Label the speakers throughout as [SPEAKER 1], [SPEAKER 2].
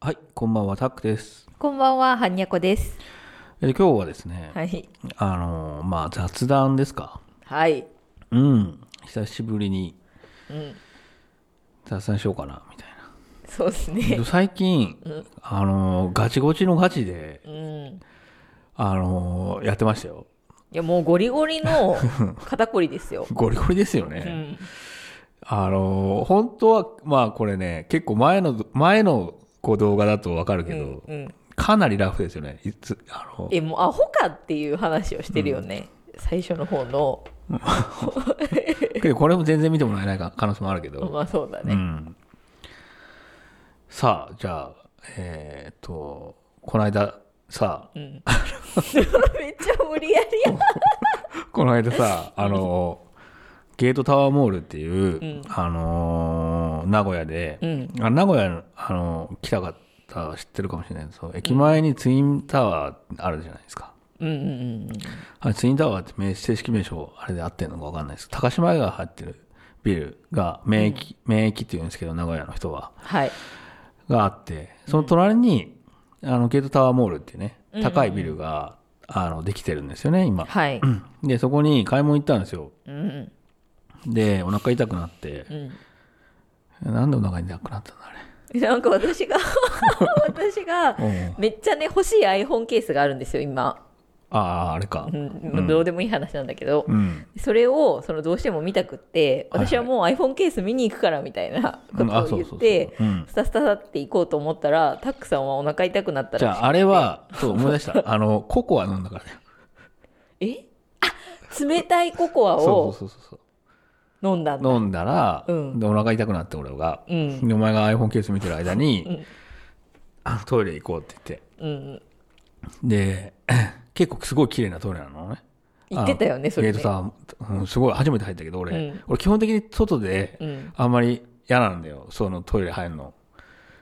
[SPEAKER 1] はい、こんばんは、タックです。
[SPEAKER 2] こんばんは、はんにゃこです。
[SPEAKER 1] えー今日はですね、
[SPEAKER 2] はい。
[SPEAKER 1] あのーまあ、雑談ですか。
[SPEAKER 2] はい。
[SPEAKER 1] うん、久しぶりに
[SPEAKER 2] うん。
[SPEAKER 1] 雑談しようかな、みたいな。
[SPEAKER 2] そうです
[SPEAKER 1] け
[SPEAKER 2] ね
[SPEAKER 1] ど。最近、あのーガチゴチのガチで、
[SPEAKER 2] うん。い
[SPEAKER 1] あのーやってましたよ。
[SPEAKER 2] や、もうゴリゴリ の肩こりですよ。
[SPEAKER 1] ゴリゴリですよ
[SPEAKER 2] う
[SPEAKER 1] ね。
[SPEAKER 2] ん。
[SPEAKER 1] あのー本当は、まあこれね、結構前の、前のこう動画だとわかるけ
[SPEAKER 2] う
[SPEAKER 1] ど、
[SPEAKER 2] ん。うん
[SPEAKER 1] かなりラフですよね。いつ、あのー
[SPEAKER 2] え、もうアホかっていう話をしてるよね。最初の方の。
[SPEAKER 1] けどこれも全然見てもらえないか可能性もあるけど、
[SPEAKER 2] まあそうだ
[SPEAKER 1] う
[SPEAKER 2] ね。
[SPEAKER 1] ん、さあじゃあえーっとこの間さ
[SPEAKER 2] うん。 めっちゃ無理やりや。
[SPEAKER 1] この間 さあのゲートタワーモールっていう、
[SPEAKER 2] ん
[SPEAKER 1] あのー名古屋で、
[SPEAKER 2] うん。
[SPEAKER 1] あ名古屋のあの来たかったら知ってるかもしれないけど駅前にツインタワーあるじゃないですか、
[SPEAKER 2] うんうん
[SPEAKER 1] あれツインタワーって名正式名称あれで合ってるのか分かんないです高島屋が入ってるビルが名駅、名駅っていうんですけど名古屋の人は
[SPEAKER 2] はい。
[SPEAKER 1] があってその隣に、あのゲートタワーモールっていうね高いビルが、あのできてるんですよね今
[SPEAKER 2] はい。
[SPEAKER 1] でそこに買い物行ったんですよ
[SPEAKER 2] うん。
[SPEAKER 1] でお腹痛くなって
[SPEAKER 2] う、ん。
[SPEAKER 1] なんでお腹痛くなったんだ
[SPEAKER 2] なんか私が、 私が
[SPEAKER 1] あ、れ、うん
[SPEAKER 2] めっちゃね、欲しい iPhone ケースがあるんですよ、今。
[SPEAKER 1] あああれか
[SPEAKER 2] うん。どうでもいい話なんだけど
[SPEAKER 1] う。ん、
[SPEAKER 2] それをそのどうしても見たくって
[SPEAKER 1] はいはい
[SPEAKER 2] 私はもう iPhone ケース見に行くからみたいな
[SPEAKER 1] うんあ
[SPEAKER 2] こと
[SPEAKER 1] そ
[SPEAKER 2] を
[SPEAKER 1] うそ
[SPEAKER 2] 言
[SPEAKER 1] うそう
[SPEAKER 2] って
[SPEAKER 1] うん
[SPEAKER 2] スタスタさって行こうと思ったらタックさんはお腹痛くなった
[SPEAKER 1] じ
[SPEAKER 2] ら
[SPEAKER 1] ゃ
[SPEAKER 2] し
[SPEAKER 1] ああれはそう思い出したあのココア飲んだからね
[SPEAKER 2] いえ あ冷たいココア
[SPEAKER 1] そう
[SPEAKER 2] を
[SPEAKER 1] そうそうそう
[SPEAKER 2] 飲んだんだ
[SPEAKER 1] 飲んだら、
[SPEAKER 2] うん
[SPEAKER 1] でお腹痛くなって俺が、
[SPEAKER 2] うん
[SPEAKER 1] でお前が iPhone ケース見てる間に、
[SPEAKER 2] ん
[SPEAKER 1] あトイレ行こうって言って
[SPEAKER 2] うん
[SPEAKER 1] で 結構すごい綺麗なトイレなのね
[SPEAKER 2] 言ってたよねそ
[SPEAKER 1] ゲ
[SPEAKER 2] れ
[SPEAKER 1] ート
[SPEAKER 2] ね
[SPEAKER 1] タワー、うん、すごい初めて入ったけど俺、
[SPEAKER 2] うん
[SPEAKER 1] 俺基本的に外で
[SPEAKER 2] うん
[SPEAKER 1] あんまり嫌なんだよそのトイレ入るの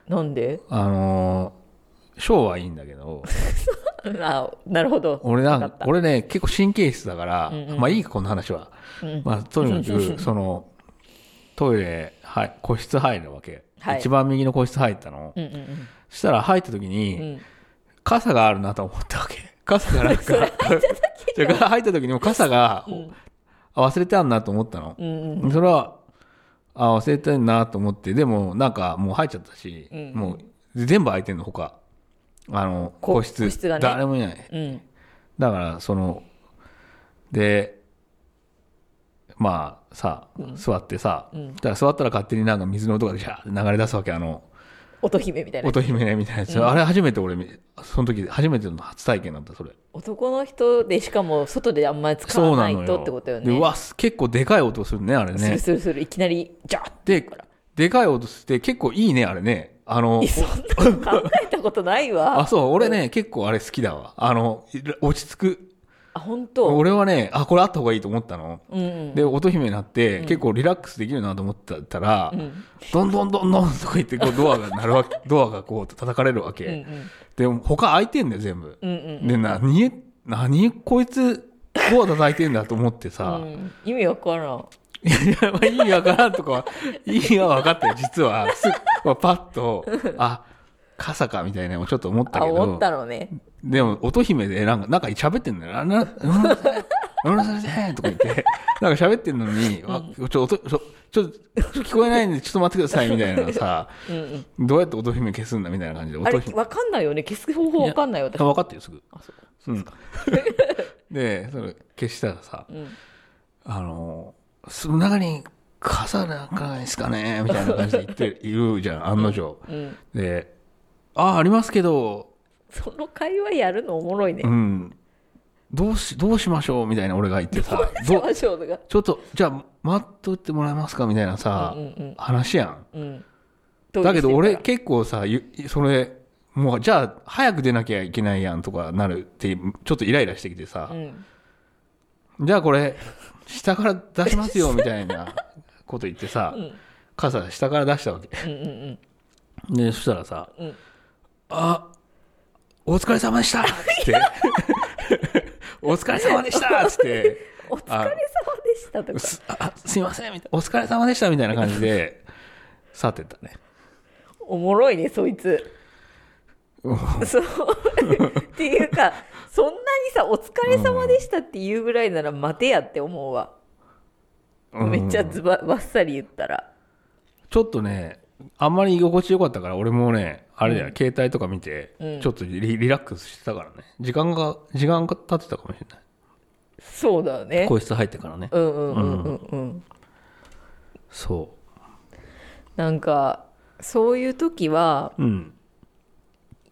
[SPEAKER 2] なんで
[SPEAKER 1] あのーショーはいいんだけど
[SPEAKER 2] あなるほど
[SPEAKER 1] 俺な
[SPEAKER 2] わ
[SPEAKER 1] ん
[SPEAKER 2] かった
[SPEAKER 1] 俺ね結構神経質だから、
[SPEAKER 2] うんうん
[SPEAKER 1] まあいいかこんな話は、
[SPEAKER 2] うん
[SPEAKER 1] まあとにかくそのトイレ、はい、個室入るわけ、
[SPEAKER 2] はい
[SPEAKER 1] 一番右の個室入ったの、
[SPEAKER 2] うんうん
[SPEAKER 1] そしたら入った時に、
[SPEAKER 2] うんうん
[SPEAKER 1] 傘があるなと思ったわけ 傘がなんか じゃあ入った時にも傘が、あ忘れてあんなと思ったの、
[SPEAKER 2] うんうん
[SPEAKER 1] それはあ忘れてんなと思ってでもなんかもう入っちゃったし、
[SPEAKER 2] うん
[SPEAKER 1] もうで全部空いてんのほかあの
[SPEAKER 2] こ
[SPEAKER 1] 個室
[SPEAKER 2] 個室がね
[SPEAKER 1] 誰もいない
[SPEAKER 2] うん
[SPEAKER 1] だからそのでまあさ座ってさ、
[SPEAKER 2] うん
[SPEAKER 1] だから座ったら勝手になんか水の音がジャーって流れ出すわけあの
[SPEAKER 2] 乙姫みたいな
[SPEAKER 1] 音姫ねみたいなやつ、あれ初めて俺その時初めての初体験だったそれ
[SPEAKER 2] 男の人でしかも外であんまり使わないとってことよ
[SPEAKER 1] で
[SPEAKER 2] ね
[SPEAKER 1] うわ結構でかい音するねあれ
[SPEAKER 2] す
[SPEAKER 1] ね
[SPEAKER 2] るするするいきなりジャーって
[SPEAKER 1] ででかい音して結構いいねあれねあの
[SPEAKER 2] いやそんなの考えたことないわ。
[SPEAKER 1] あそう俺ね結構あれ好きだわあのい落ち着く
[SPEAKER 2] あ、本当。
[SPEAKER 1] 俺はねあこれあった方がいいと思ったの、
[SPEAKER 2] うんうん。
[SPEAKER 1] で乙姫になって、結構リラックスできるなと思ってたら、
[SPEAKER 2] うん
[SPEAKER 1] どんどんどんどんとか言ってこうドアが鳴るわ けドアがこう叩かれるわけ、
[SPEAKER 2] うんうん
[SPEAKER 1] で他開いてんだよ全部、
[SPEAKER 2] うんうん
[SPEAKER 1] で何何こいつドア叩いてんだと思ってさ、
[SPEAKER 2] うん意味わからん。
[SPEAKER 1] いやいや、まあ、意味わからんとかは、意味は分かったよ、実は。すまあ、パッと、あ、傘か、みたいなのもちょっと思った
[SPEAKER 2] あ、
[SPEAKER 1] け
[SPEAKER 2] 思
[SPEAKER 1] ど
[SPEAKER 2] っ、たのね。
[SPEAKER 1] でも、乙姫で、なんか、なんか喋ってんだよ。あな、うん、うん、それで、とか言って、なんか喋ってんのに、わちょ、音、ちょ、ちょ、ちょっと聞こえないんで、ちょっと待ってください、みたいなさ、
[SPEAKER 2] うんうん。
[SPEAKER 1] どうやって乙姫消すんだ、みたいな感じで、
[SPEAKER 2] あ
[SPEAKER 1] 乙
[SPEAKER 2] れ、
[SPEAKER 1] 姫。
[SPEAKER 2] わかんないよね。消す方法わかんないよ。私
[SPEAKER 1] あ分かったよ、すぐ。
[SPEAKER 2] あ、そう。
[SPEAKER 1] うん。で、それ消したらさ、
[SPEAKER 2] うん。
[SPEAKER 1] あの、その中に傘なんかないですかねみたいな感じで言って、いるじ ゃん、案の定。
[SPEAKER 2] うん。
[SPEAKER 1] で、ああ、ありますけど、
[SPEAKER 2] その会話やるのおもろいね
[SPEAKER 1] う。ん、どうし、どうしましょうみたいな俺が言って さ、ど
[SPEAKER 2] マショーが。
[SPEAKER 1] ちょっと、じゃあ、待っとってもらえますかみたいなさ、
[SPEAKER 2] うんうん
[SPEAKER 1] 話やん。
[SPEAKER 2] うんうん。
[SPEAKER 1] だけど
[SPEAKER 2] うい
[SPEAKER 1] 俺
[SPEAKER 2] う人
[SPEAKER 1] 結構さ、ゆそれ、もう、じゃあ、早く出なきゃいけないやんとかなるって、ちょっとイライラしてきてさ、
[SPEAKER 2] からうん。
[SPEAKER 1] じゃあこれ、下から出しますよ、みたい なこと言ってさ、
[SPEAKER 2] うん
[SPEAKER 1] 傘下から出したわけ。
[SPEAKER 2] うんうん
[SPEAKER 1] で、そしたらさ、
[SPEAKER 2] うん
[SPEAKER 1] あ、お疲れ様でしたっつ って、お疲れ様でしたっつって、
[SPEAKER 2] お疲れ様でしたとか。
[SPEAKER 1] すあすいません、みたいなお疲れ様でしたみたいな感じで、去ってったね。
[SPEAKER 2] おもろいね、そいつ。そうっていうかそんなにさ「お疲れ様でした」って言うぐらいなら待てやって思うわ、
[SPEAKER 1] うん
[SPEAKER 2] めっちゃズババッサリ言ったら
[SPEAKER 1] ちょっとねあんまり居心地よかったから俺もねあれだよ、携帯とか見て、
[SPEAKER 2] うん
[SPEAKER 1] ちょっとリリラックスしてたからね時間が時間が経ってたかもしれない
[SPEAKER 2] そうだよね
[SPEAKER 1] 個室入ってからね、
[SPEAKER 2] うんうんうんうんうん
[SPEAKER 1] そ
[SPEAKER 2] なんかそういう時は
[SPEAKER 1] ううん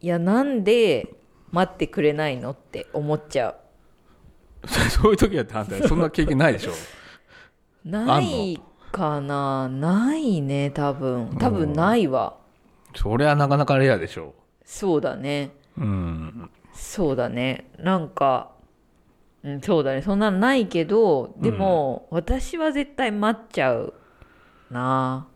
[SPEAKER 2] いやなんで待ってくれないのって思っちゃう
[SPEAKER 1] そういう時はってあん たそんな経験ないでしょ
[SPEAKER 2] ないかなないね多分多分ないわ、
[SPEAKER 1] それはなかなかレアでしょ
[SPEAKER 2] そうだね
[SPEAKER 1] うん
[SPEAKER 2] そうだねなんか、うん、そうだねそんなのないけどでも、私は絶対待っちゃうな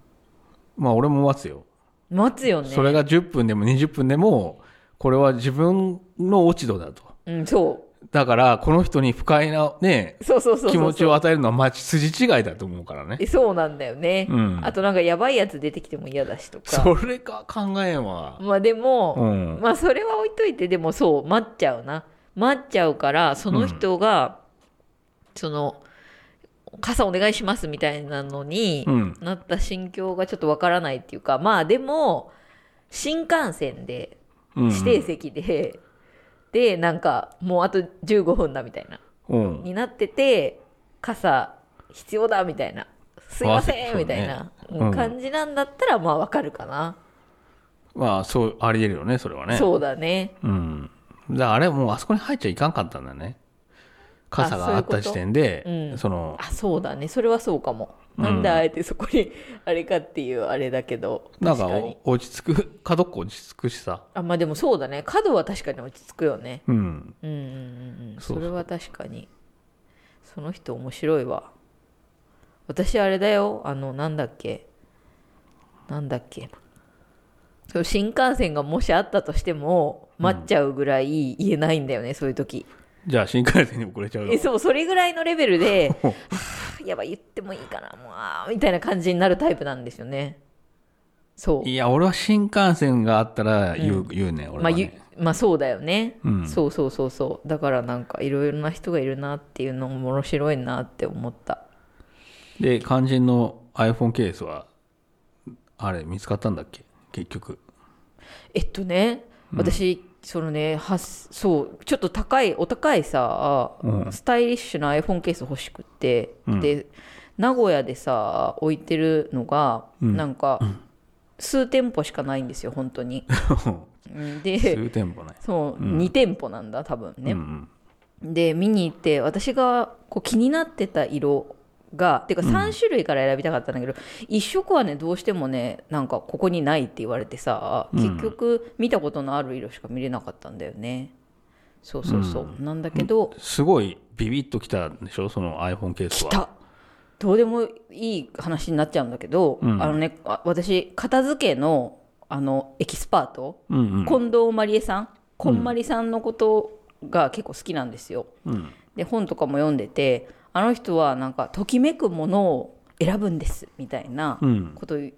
[SPEAKER 1] まあ俺も待つよ、
[SPEAKER 2] 待つよね
[SPEAKER 1] それが10分でも20分でもこれは自分の落ち度だと
[SPEAKER 2] うん、そ
[SPEAKER 1] だからこの人に不快なね
[SPEAKER 2] うそうそうそうそう
[SPEAKER 1] 気持ちを与えるのはまあ筋違いだと思うからね
[SPEAKER 2] えそうなんだよね、
[SPEAKER 1] うん
[SPEAKER 2] あとなんかやばいやつ出てきても嫌だしとか
[SPEAKER 1] それか考えんわ
[SPEAKER 2] まあでも、
[SPEAKER 1] うん
[SPEAKER 2] まあそれは置いといてでもそう待っちゃうな待っちゃうからその人が、その傘お願いしますみたいなのに
[SPEAKER 1] うん
[SPEAKER 2] なった心境がちょっとわからないっていうか、まあでも新幹線で
[SPEAKER 1] うん
[SPEAKER 2] 指定席で、でなんかもうあと15分だみたいな
[SPEAKER 1] うん
[SPEAKER 2] になってて傘必要だみたいなすいませ
[SPEAKER 1] あ
[SPEAKER 2] ん、
[SPEAKER 1] そうね
[SPEAKER 2] みたいな
[SPEAKER 1] うん
[SPEAKER 2] 感じなんだったらまあわかるかな、
[SPEAKER 1] まあそうありえるよねそれはね
[SPEAKER 2] そうだね
[SPEAKER 1] うんだからあれもうあそこに入っちゃいかんかったんだね傘があった時点で
[SPEAKER 2] あそういうことうん
[SPEAKER 1] その
[SPEAKER 2] あそうだねそれはそうかもなんであえてそこにあれかっていうあれだけど
[SPEAKER 1] なんか
[SPEAKER 2] 確に
[SPEAKER 1] お落ち着く角っこ落ち着くしさ
[SPEAKER 2] あまあでもそうだね角は確かに落ち着くよね
[SPEAKER 1] うん
[SPEAKER 2] うんうんうんうん
[SPEAKER 1] そうそう
[SPEAKER 2] それは確かにその人面白いわ私あれだよあのなんだっけなんだっけそう新幹線がもしあったとしても待っちゃうぐらい言えないんだよね、そういう時
[SPEAKER 1] じゃあ新幹線に遅れちゃうよ
[SPEAKER 2] えそうそれぐらいのレベルで はあやばい言ってもいいかなもうあーみたいな感じになるタイプなんですよねそう
[SPEAKER 1] いや俺は新幹線があったら言う,、言うね俺は
[SPEAKER 2] まあ、
[SPEAKER 1] ね、
[SPEAKER 2] ゆまあそうだよね、
[SPEAKER 1] うん
[SPEAKER 2] そうそうそうそうだからなんかいろいろな人がいるなっていうのも面白いなって思った
[SPEAKER 1] で肝心の iPhone ケースはあれ見つかったんだっけ結局
[SPEAKER 2] えっとね私、そのねはそうちょっと高いお高いさ、
[SPEAKER 1] うん
[SPEAKER 2] スタイリッシュな iPhone ケース欲しくって、
[SPEAKER 1] うん
[SPEAKER 2] で名古屋でさ置いてるのが、
[SPEAKER 1] うん
[SPEAKER 2] なんか、数店舗しかないんですよ本当にうんで
[SPEAKER 1] 数店舗ね
[SPEAKER 2] そう、2店舗なんだ多分ね、
[SPEAKER 1] うん
[SPEAKER 2] で見に行って私がこう気になってた色がてか3種類から選びたかったんだけど、一色はねどうしてもねなんかここにないって言われてさ結局見たことのある色しか見れなかったんだよね、そうそうそう、なんだけど、
[SPEAKER 1] すごいビビッときたんでしょその iPhone ケース
[SPEAKER 2] 来
[SPEAKER 1] は
[SPEAKER 2] たどうでもいい話になっちゃうんだけど、あのねあ私片付けのあのエキスパート
[SPEAKER 1] うんうん
[SPEAKER 2] 近藤まりえさん、こんまりさんのことが結構好きなんですよ、
[SPEAKER 1] うん
[SPEAKER 2] で本とかも読んでてあの人はなんかときめくものを選ぶんですみたいな
[SPEAKER 1] うん
[SPEAKER 2] ことを言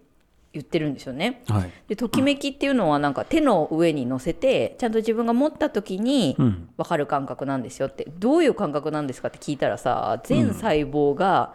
[SPEAKER 2] 言ってるんですよね。
[SPEAKER 1] はい
[SPEAKER 2] でときめきっていうのはなんか手の上に乗せてちゃんと自分が持った時に
[SPEAKER 1] うん
[SPEAKER 2] 分かる感覚なんですよってどういう感覚なんですかって聞いたらさ全細胞が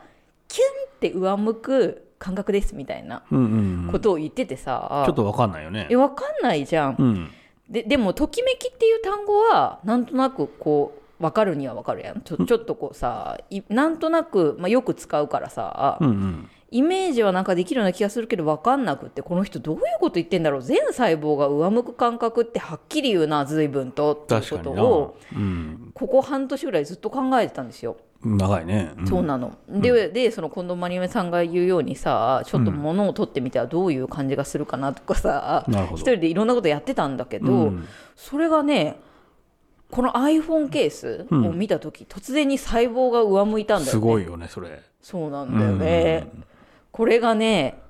[SPEAKER 2] キュンって上向く感覚ですみたいな
[SPEAKER 1] うんうんうん
[SPEAKER 2] ことを言っててさ、
[SPEAKER 1] ちょっとわかんないよね
[SPEAKER 2] え分かんないじゃん
[SPEAKER 1] うん
[SPEAKER 2] ででも「ときめき」っていう単語はなんとなくこう分かるには分かるやんちょちょっとこうさいなんとなく、まあ、よく使うからさ、
[SPEAKER 1] うんうん
[SPEAKER 2] イメージはなんかできるような気がするけど分かんなくってこの人どういうこと言ってんだろう全細胞が上向く感覚ってはっきり言うな随分とっていう
[SPEAKER 1] 確
[SPEAKER 2] こ
[SPEAKER 1] か
[SPEAKER 2] と
[SPEAKER 1] にな
[SPEAKER 2] を
[SPEAKER 1] うん
[SPEAKER 2] ここ半年ぐらいずっと考えてたんですよ。
[SPEAKER 1] 長いねうん
[SPEAKER 2] そうなの、ででその近藤真理恵さんが言うようにさちょっと物を取ってみたらどういう感じがするかなとかさ、
[SPEAKER 1] なるほ
[SPEAKER 2] 一
[SPEAKER 1] ど
[SPEAKER 2] 人でいろんなことやってたんだけど、
[SPEAKER 1] うん
[SPEAKER 2] それがねこの iPhone ケースを見た時、突然に細胞が上向いたんだ
[SPEAKER 1] す
[SPEAKER 2] よね
[SPEAKER 1] ごいよねそれ
[SPEAKER 2] そうなんだよね、これがね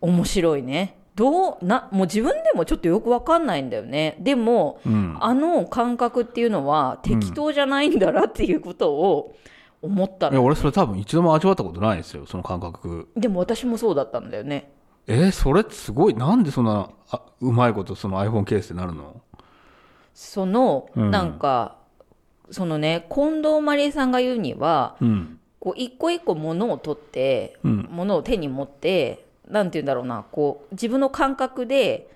[SPEAKER 2] 面白いねどうなもう自分でもちょっとよくわかんないんだよねでも、
[SPEAKER 1] うん
[SPEAKER 2] あの感覚っていうのは適当じゃないんだなっていうことを思った
[SPEAKER 1] い
[SPEAKER 2] の
[SPEAKER 1] や俺それ多分一度も味わったことないですよその感覚
[SPEAKER 2] でも私もそうだったんだよね
[SPEAKER 1] えーそれすごいなんでそんなあうまいことその iPhone ケースってなるの
[SPEAKER 2] その、
[SPEAKER 1] うん
[SPEAKER 2] なんかそのね近藤麻理恵さんが言うには
[SPEAKER 1] うん。
[SPEAKER 2] こう一個一個物を取って
[SPEAKER 1] うん。
[SPEAKER 2] 物を手に持ってなんて言うんだろうなこう自分の感覚で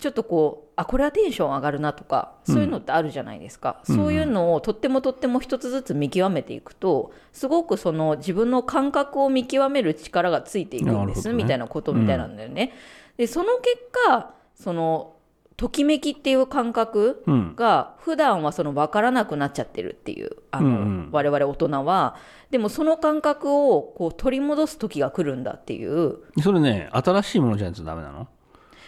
[SPEAKER 2] ちょっとこうあこれはテンション上がるなとかそういうのってあるじゃないですか、
[SPEAKER 1] うん
[SPEAKER 2] そういうのをとってもとっても一つずつ見極めていくとすごくその自分の感覚を見極める力がついていくんで
[SPEAKER 1] なるほ
[SPEAKER 2] す、
[SPEAKER 1] どね
[SPEAKER 2] みたいなことみたいなんだよね。でその結果そのときめきっていう感覚
[SPEAKER 1] うん。
[SPEAKER 2] が普段はその分からなくなっちゃってるっていうあの、
[SPEAKER 1] うんうん
[SPEAKER 2] 我々大人はでもその感覚をこう取り戻す時が来るんだっていう
[SPEAKER 1] それね、新しいものじゃないとダメなの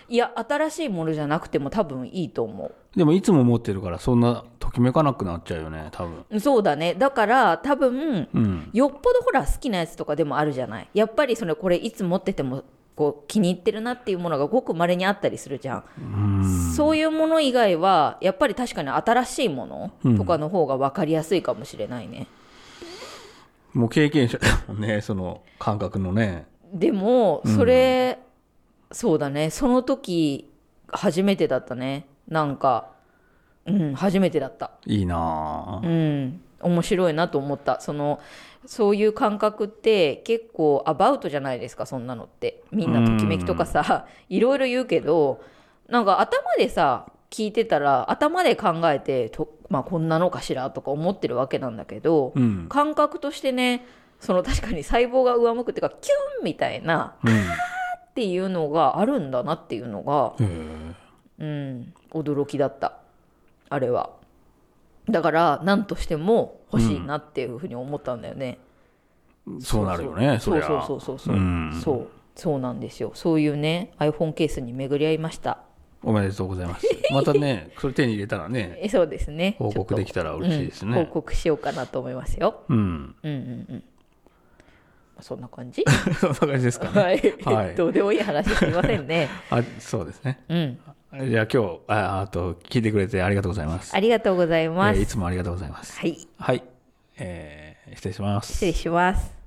[SPEAKER 2] いや新しいものじゃなくても多分いいと思
[SPEAKER 1] でもいつも持ってるから、そんなときめかなくなっちゃうよね、多分。
[SPEAKER 2] うそうだねだから多分
[SPEAKER 1] うん。
[SPEAKER 2] よっぽどほら好きなやつとかでもあるじゃないやっぱりそれこれいつ持っててもこう気に入ってるなっていうものがごく稀にあったりするじゃん
[SPEAKER 1] うん。
[SPEAKER 2] そういうもの以外はやっぱり確かに新しいものとかの方が分かりやすいかもしれないね、
[SPEAKER 1] もう経験者だもんね、その感覚のね。
[SPEAKER 2] でもそれ、そうだねその時初めてだったねなんかうん初めてだった
[SPEAKER 1] いいな
[SPEAKER 2] う
[SPEAKER 1] ぁ。
[SPEAKER 2] ん面白いなと思ったそのそういう感覚って結構アバウトじゃないですかそんなのってみんなときめきとかさ、いろいろ言うけどなんか頭でさ聞いてたら頭で考えてと、まあ、こんなのかしらとか思ってるわけなんだけど、
[SPEAKER 1] うん。
[SPEAKER 2] 感覚としてねその確かに細胞が上向くっていうかキュンみたいな
[SPEAKER 1] うん。
[SPEAKER 2] っていうのがあるんだなっていうのが、
[SPEAKER 1] へえ
[SPEAKER 2] うん、驚きだったあれはだから何としても欲しいなっていうふうに思ったんだよね、
[SPEAKER 1] そうなるよね、そ
[SPEAKER 2] そう
[SPEAKER 1] りゃ。
[SPEAKER 2] そうそうそうそう、
[SPEAKER 1] うん
[SPEAKER 2] そうそうなんですよそういうね iPhone ケースに巡り合いました
[SPEAKER 1] おめでとうござい ます。またね、それ手に入れたらね、
[SPEAKER 2] えそうですね
[SPEAKER 1] 報告できたら嬉しいです
[SPEAKER 2] ちょっとうん
[SPEAKER 1] ね
[SPEAKER 2] 報。告しようかなと思いますよ
[SPEAKER 1] うん。
[SPEAKER 2] うんうんうんそんな感じ
[SPEAKER 1] そんな感じですかね。
[SPEAKER 2] はい、
[SPEAKER 1] はい
[SPEAKER 2] どうでもいい話すみませんね
[SPEAKER 1] あ、そうですね。
[SPEAKER 2] うん、
[SPEAKER 1] じゃあ今日、ああと、聞いてくれてありがとうございます。
[SPEAKER 2] ありがとうございます。
[SPEAKER 1] えーいつもありがとうございます。
[SPEAKER 2] はい、
[SPEAKER 1] はい。えー失礼します。
[SPEAKER 2] 失礼します。